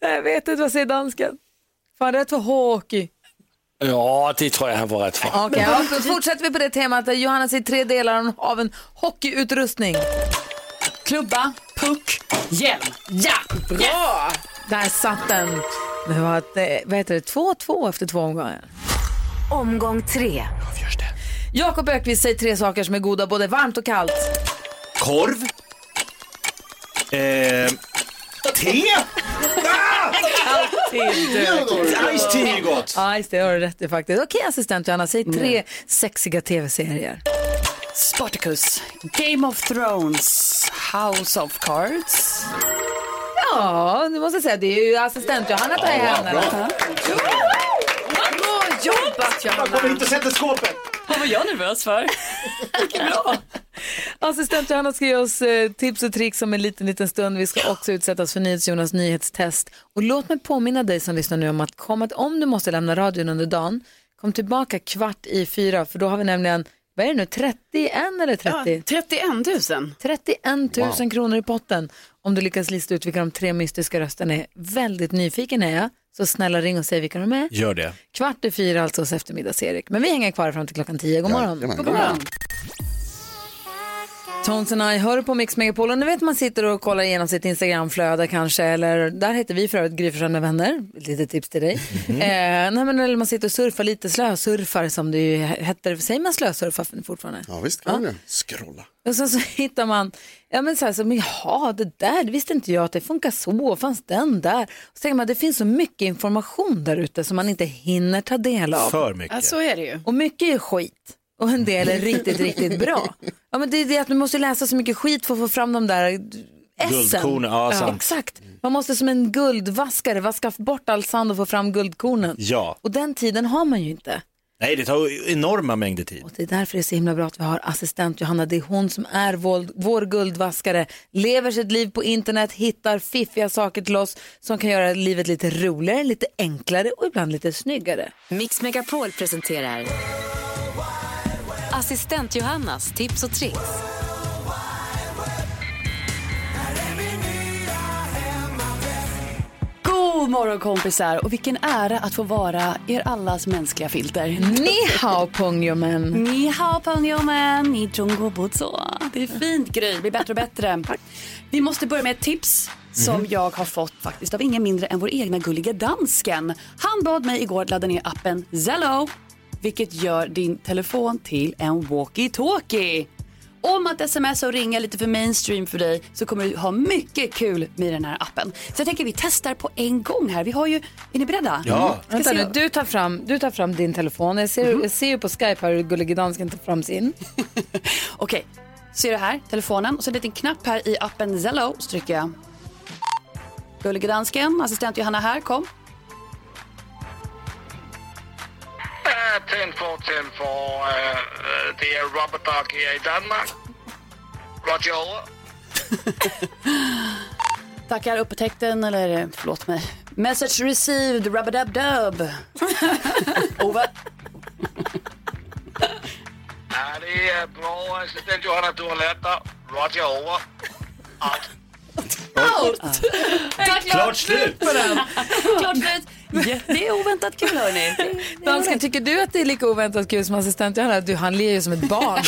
Jag vet inte, vad säger dansken? Fan, rätt för hockey.
Ja, det tror jag han var rätt för.
Okej, ja, då fortsätter vi på det temat. där Johanna ser tre delar av en hockeyutrustning. Klubba, puck, hjälm. Ja, bra! Där satt den. Det var ett, eh, vad heter det, 2-2 efter två omgångar.
Omgång tre.
Jakob Ökvist säger tre saker som är goda både varmt och kallt.
Korv. Eh, te.
Kallt
Ice tea är gott.
Ja, just det. Har du rätt i faktiskt. Mm. Okej, assistent Johanna, säg tre sexiga tv-serier.
Spartacus. Game of Thrones. House of Cards.
Ja, nu måste jag säga, det är ju assistent Johanna tar i
Ja,
händerna.
bra.
Bra jobbat Johanna.
Jag kommer inte sätta skåpet.
Vad var jag nervös för?
Assistent Johanna ska ge oss eh, tips och tricks om en liten, liten stund. Vi ska också utsättas för NyhetsJonas nyhetstest. Och låt mig påminna dig som lyssnar nu om att, kom att om du måste lämna radion under dagen, kom tillbaka kvart i fyra, för då har vi nämligen, vad är det nu, 31 eller 30?
31 000.
31 000
Wow.
kronor i potten om du lyckas lista ut vilka de tre mystiska rösterna är. Väldigt nyfiken är jag, så snälla ring och säg vilka de är.
Gör det.
Kvart i fyra alltså hos eftermiddags-Erik. Men vi hänger kvar fram till klockan tio. God morgon.
Jajamän,
God
god
morgon. Tones and I hör på Mix Megapol och ni vet man sitter och kollar igenom sitt Instagramflöde kanske eller där heter vi för övrigt Gry Forssell med vänner, lite tips till dig. Eh, nej, men, eller man sitter och surfar lite, slösurfar som det ju heter, säger man slösurfar fortfarande?
Ja, visst kan man ju. Scrolla.
Och sen så hittar man, ja men så här, så, men jaha det där det visste inte jag att det funkar så, fanns den där? Och så tänker man det finns så mycket information där ute som man inte hinner ta del av.
För mycket. Ja,
Alltså-
så är det ju.
Och mycket är skit och en del är riktigt, riktigt bra. Ja men det är det att man måste läsa så mycket skit för att få fram de där
Guldkornen, ja, sant.
Exakt, man måste som en guldvaskare vaska bort all sand och få fram guldkornen.
Ja.
Och den tiden har man ju inte.
Nej, det tar enorma mängder tid.
Det är därför det är så himla bra att vi har assistent Johanna. Det är hon som är vår, vår guldvaskare. Lever sitt liv på internet, hittar fiffiga saker till oss som kan göra livet lite roligare, lite enklare och ibland lite snyggare.
Mix Megapol presenterar Assistent Johannas tips och tricks.
God morgon kompisar och vilken ära att få vara er allas mänskliga filter.
Ni hao pungyomen.
Ni hao pungyomen, ni jungo butsu. Det är fint Gry, det blir bättre och bättre. Vi måste börja med ett tips som
Mhm.
jag har fått faktiskt av ingen mindre än vår egna gulliga dansken. Han bad mig igår att ladda ner appen Zello, vilket gör din telefon till en walkie-talkie. Om att smsa och ringa lite för mainstream för dig så kommer du ha mycket kul med den här appen. Så jag tänker vi testar på en gång här. Vi har ju, är ni beredda? Ska
Vänta
se-
nu, du tar, fram, du tar fram din telefon. Jag ser, jag ser ju på Skype här hur gullige dansken tar fram sin.
Okej, ser du här? Telefonen. Och så är det en liten knapp här i appen Zello. Så trycker jag. Gullige dansken, assistent Johanna här, kom.
Ja, 10-4, 10-4. eh, Det är Robert Dark här i Danmark. Roger over.
Tackar upptäckten, eller förlåt mig. Message received, <laughs> rubba-dub-dub. Ove.
Ja, det är bra assistent Johanna. Du har lärt dig. Roger over.
Out! Tack,
Klart
<laughs>
slut.
på den. Klart slut. Det är oväntat kul hörni.
Dansken, tycker du att det är lika oväntat kul som assistent Johanna? Du, han ler ju som ett barn.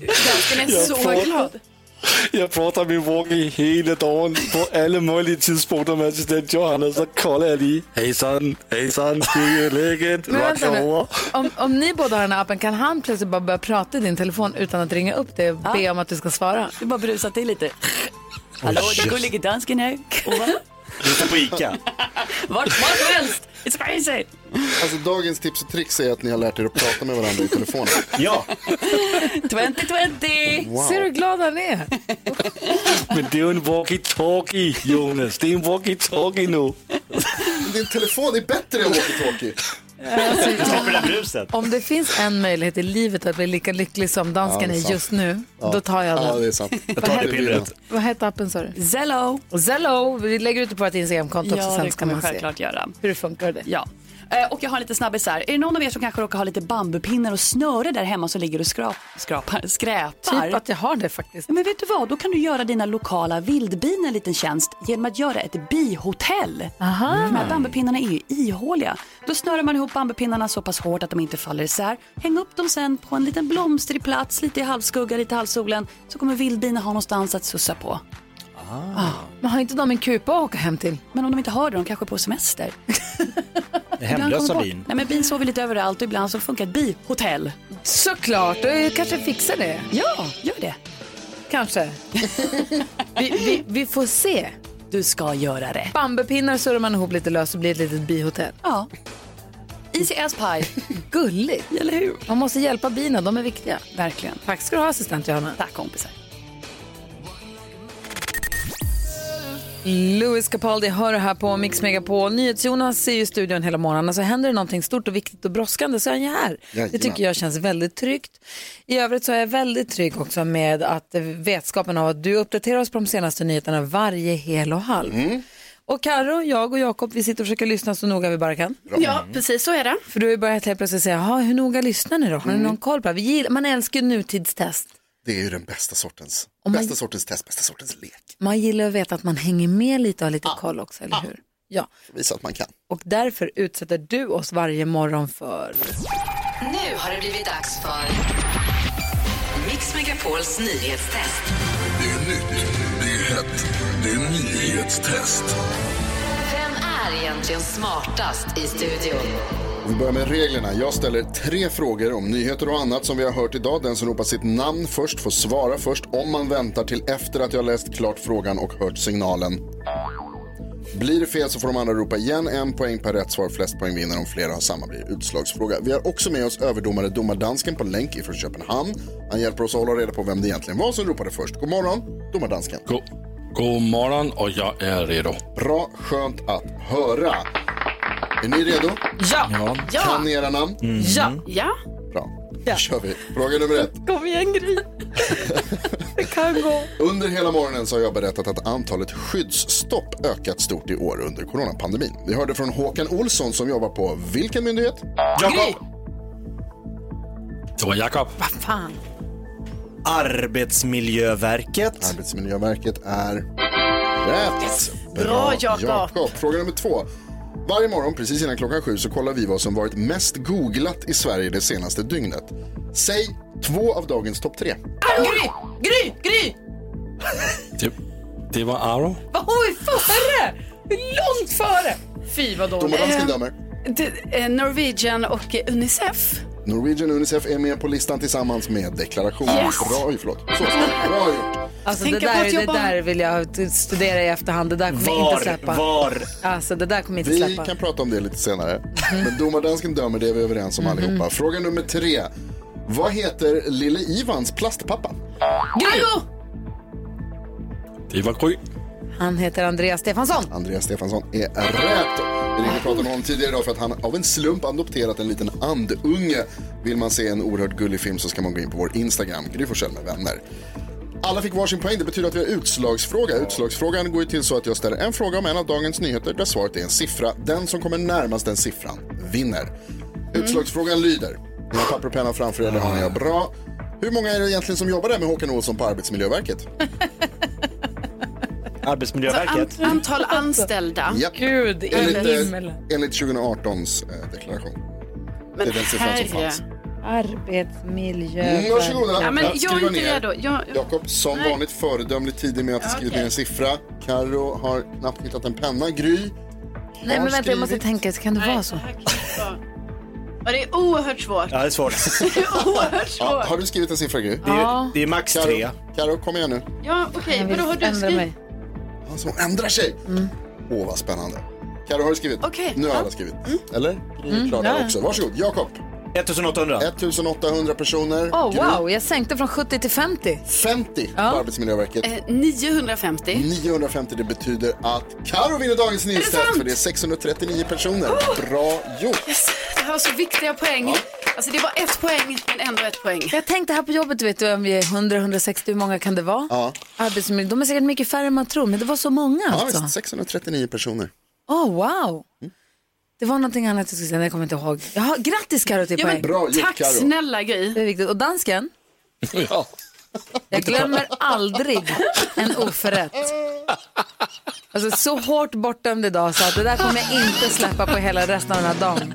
Dansken är
Jag
så
får-
glad.
Jeg prater med Wugge hele dagen på alle mulige tidspunkter alltså, med assistent Johanna, så kolder jeg lige. Hey son, hey son, hygge lækkert,
Men vänta
rock
nu,
over.
om, om ni båda har den här appen, kan han plötsligt bara börja prata i din telefon utan att ringa upp dig och be om att du ska svara?
Du bara brusar till lite. Hallå, det är gullige dansken här. Ove.
Ute på Ica.
Vart, vart som helst. It's crazy.
Alltså dagens tips och tricks är att ni har lärt er att prata med varandra i telefonen.
Ja.
2020.
Wow.
Ser du hur glad han är?
Men det er jo en walkie-talkie, Jonas. Det er en walkie-talkie nu.
Din telefon är bättre än walkie-talkie.
Släpper det där bruset.
Alltså, Om det finns en möjlighet i livet att bli lika lycklig som
Ja,
dansken
det är
är
sant.
just nu,
Ja.
då tar jag den.
Ja, det är sant.
Vad heter- Vad hette appen sa du?
Zello.
Zello, vi lägger ut det på vårt Instagramkonto
Ja,
också
det
sen ska
kommer
man
jag
se.
självklart göra.
Hur funkar det?
Ja. Eh, Och jag har lite snabbis här. Är det någon av er som kanske råkar ha lite bambupinnar och snöre där hemma som ligger och skrap, skrapar, skräpar?
Typ att jag har det faktiskt.
Men vet du vad, då kan du göra dina lokala vildbin en liten tjänst genom att göra ett bihotell.
Aha.
För De här bambupinnarna är ju ihåliga. Då snörar man ihop bambupinnarna så pass hårt att de inte faller isär. Häng upp dem sen på en liten blomstrig plats, lite i halvskugga, lite i halvsolen. Så kommer vildbina ha någonstans att sussa på.
Men har inte de en kupa att åka hem till?
Men om de inte har det, de kanske är på semester. Ibland kommer
Hemlösa
bort-
bin.
Nej men bin sover lite överallt och ibland så funkar ett bihotell.
Såklart, du kanske fixar det.
Ja, gör det.
Kanske. <laughs> vi, vi, vi får se.
Du ska göra det.
Bambupinnar surrar man ihop lite löst och blir ett litet bihotell.
Ja. Easy as pie.
<laughs> Gulligt.
Eller hur?
Man måste hjälpa bina, de är viktiga.
Verkligen.
Tack ska du ha assistent Johanna.
Tack kompisar.
Louis Capaldi hör det här på Mix Megapol. NyhetsJonas är ju i studion hela morgonen. Alltså händer det någonting stort och viktigt och brådskande så är han ju här. Det
Jajamän.
tycker jag känns väldigt tryggt. I övrigt så är jag väldigt trygg också med att eh, vetskapen av att du uppdaterar oss på de senaste nyheterna varje hel och halv. Och Karo, jag och Jakob, vi sitter och försöker lyssna så noga vi bara kan.
Ja, precis så är det.
För du har ju börjat helt plötsligt säga, "Jaha, hur noga lyssnar ni då? Har ni någon koll på det? här?" Vi gillar, man älskar ju nutidstest.
Det är ju den bästa sortens,
Om man-
bästa sortens test, bästa sortens lek.
Man gillar att veta att man hänger med lite och har lite koll också, eller hur? Ja.
Visa att man kan.
Och därför utsätter du oss varje morgon för...
Nu har det blivit dags för Mix Megapols nyhetstest.
Det är nytt, det är hett, det är nyhetstest.
Vem är egentligen smartast i studion?
Vi börjar med reglerna. Jag ställer tre frågor om nyheter och annat som vi har hört idag. Den som ropar sitt namn först får svara först om man väntar till efter att jag läst klart frågan och hört signalen. Blir det fel så får de andra ropa igen. En poäng per rätt svar. Flest poäng vinner om flera har samma blir utslagsfråga. Vi har också med oss överdomare Domardansken på länk ifrån Köpenhamn. Han hjälper oss att hålla reda på vem det egentligen var som ropade först. God morgon, Domardansken.
God, god morgon och jag är redo.
Bra, skönt att höra. Är ni redo?
Ja!
Ja. Mm.
Kan ni era namn?
Ja.
Ja.
Bra, då kör vi. Fråga nummer ett.
Kom igen Gry. det kan gå.
Under hela morgonen så har jag berättat att antalet skyddsstopp ökat stort i år under coronapandemin. Vi hörde från Håkan Olsson som jobbar på vilken myndighet?
Jakob.
Det var Jakob.
Fan.
Arbetsmiljöverket.
Arbetsmiljöverket är rätt.
Bra, Jakob.
Fråga nummer två. Varje morgon precis innan klockan sju så kollar vi vad som varit mest googlat i Sverige det senaste dygnet. Säg två av dagens topp tre.
Gry! Gry! Gry!
Det, Typ, det var Aro.
Vad har vi före? Långt före!
Fy vad dåligt.
Domardansken
Eh,
dömer.
det- eh, Norwegian och eh, Unicef.
Norwegian och Unicef är med på listan tillsammans med deklarationen.
Yes.
Bra, oj, förlåt. Så, bra gjort.
Alltså
Tänka
det
på
där,
att
det
jobba-
där vill jag t- studera i efterhand. Det där kommer jag inte släppa.
Var, var.
Alltså det där kommer jag inte
Vi
släppa.
kan prata om det lite senare. Men domardansken dömer, det är vi överens om allihopa. Fråga nummer tre. Vad heter lille Ivans plastpappa?
Gro!
Det var Gry.
Han heter Andreas Stefansson.
Andreas Stefansson är rätt. Vi ringde och pratade om honom tidigare idag för att han av en slump adopterat en liten andunge. Vill man se en oerhört gullig film så ska man gå in på vår Instagram, Gry Forssell med vänner. Alla fick varsin poäng. Det betyder att vi har utslagsfråga. Utslagsfrågan går ju till så att jag ställer en fråga om en av dagens nyheter där svaret är en siffra. Den som kommer närmast den siffran vinner. Utslagsfrågan lyder. Ni har papper och penna framför er, det har ni. Ja, Bra. Hur många är det egentligen som jobbar där med Håkan Olsson på Arbetsmiljöverket?
Arbetsmiljöverket?
Alltså,
An- antal anställda.
Japp.
Gud i
enligt, eh,
himmelen.
enligt 2018s eh, deklaration.
Men
det är den siffran som
herre.
fanns.
Arbetsmiljö.
Mm, varsågoda.
Ja, men jag är
Skriva
inte
ner.
redo. Jag,
Jakob, som
Nej.
vanligt föredömligt tidig med att ha
Ja,
skrivit
okej.
ner en siffra. Karo har knappt hittat en penna. Gry?
Nej, men vänta, jag måste
skrivit.
tänka. Kan det vara så?
Ja, det är oerhört svårt.
Ja, det är svårt.
oerhört
Ja, har
svårt.
du skrivit en siffra, Gry?
Det är- Ja.
det är max
Karo,
tre.
Karo, kom igen nu.
Ja, okej. Vadå, har du skrivit?
Alltså, hon ändrar sig. Åh, vad spännande. Karo, har du skrivit?
Mm. Okej,
Nu har
ja.
alla skrivit. Eller? Gry är
Mm,
klar
ja.
där också. Varsågod, Jakob.
1800.
1800 personer.
Åh,
Gry,
wow, jag sänkte från 70 till 50.
50 på Arbetsmiljöverket.
Eh, 950.
Mm. 950, det betyder att Karo vinner dagens nyhetstest för det Oh! är 639 personer. Bra gjort!
Det här var så viktiga poäng. Alltså det var ett poäng, men ändå ett poäng.
Jag tänkte här på jobbet, vet du, om vi är 100-160, hur många kan det vara?
Ja.
Arbetsmiljö, de är säkert mycket färre än man tror, men det var så många
Ja,
alltså.
visst, 639 personer.
Åh, wow. Det var någonting annat jag skulle säga, men jag kommer inte ihåg. Jaha, grattis Carro till
Ja, men
poäng.
bra gjort,
Tack
Karo.
snälla Gry.
Det är viktigt. Och dansken,
Ja.
jag glömmer aldrig en oförrätt. Alltså så hårt bortdömd idag så att det där kommer jag inte släppa på hela resten av den här dagen.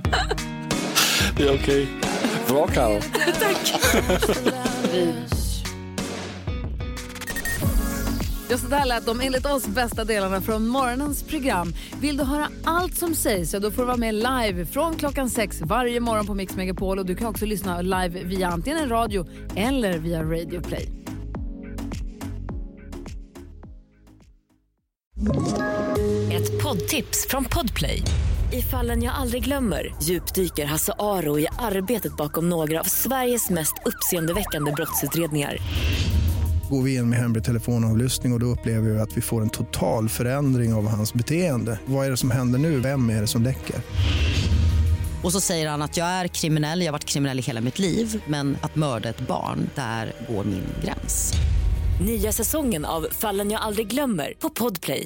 Det är okej. Bra Karo.
Ja, så där lät de enligt oss bästa delarna från morgonens program. Vill du höra allt som sägs, ja, då får du vara med live från klockan sex varje morgon på Mix Megapol. Och du kan också lyssna live via antingen radio eller via Radio Play.
Ett poddtips från Podplay. I fallen jag aldrig glömmer djupdyker Hasse Aro i arbetet bakom några av Sveriges mest uppseendeväckande brottsutredningar.
Går vi in med hemlig telefonavlyssning och, och då upplever vi att vi får en total förändring av hans beteende. Vad är det som händer nu? Vem är det som läcker?
Och så säger han att jag är kriminell, jag har varit kriminell i hela mitt liv men att mörda ett barn, där går min gräns.
Nya säsongen av Fallen jag aldrig glömmer på Podplay.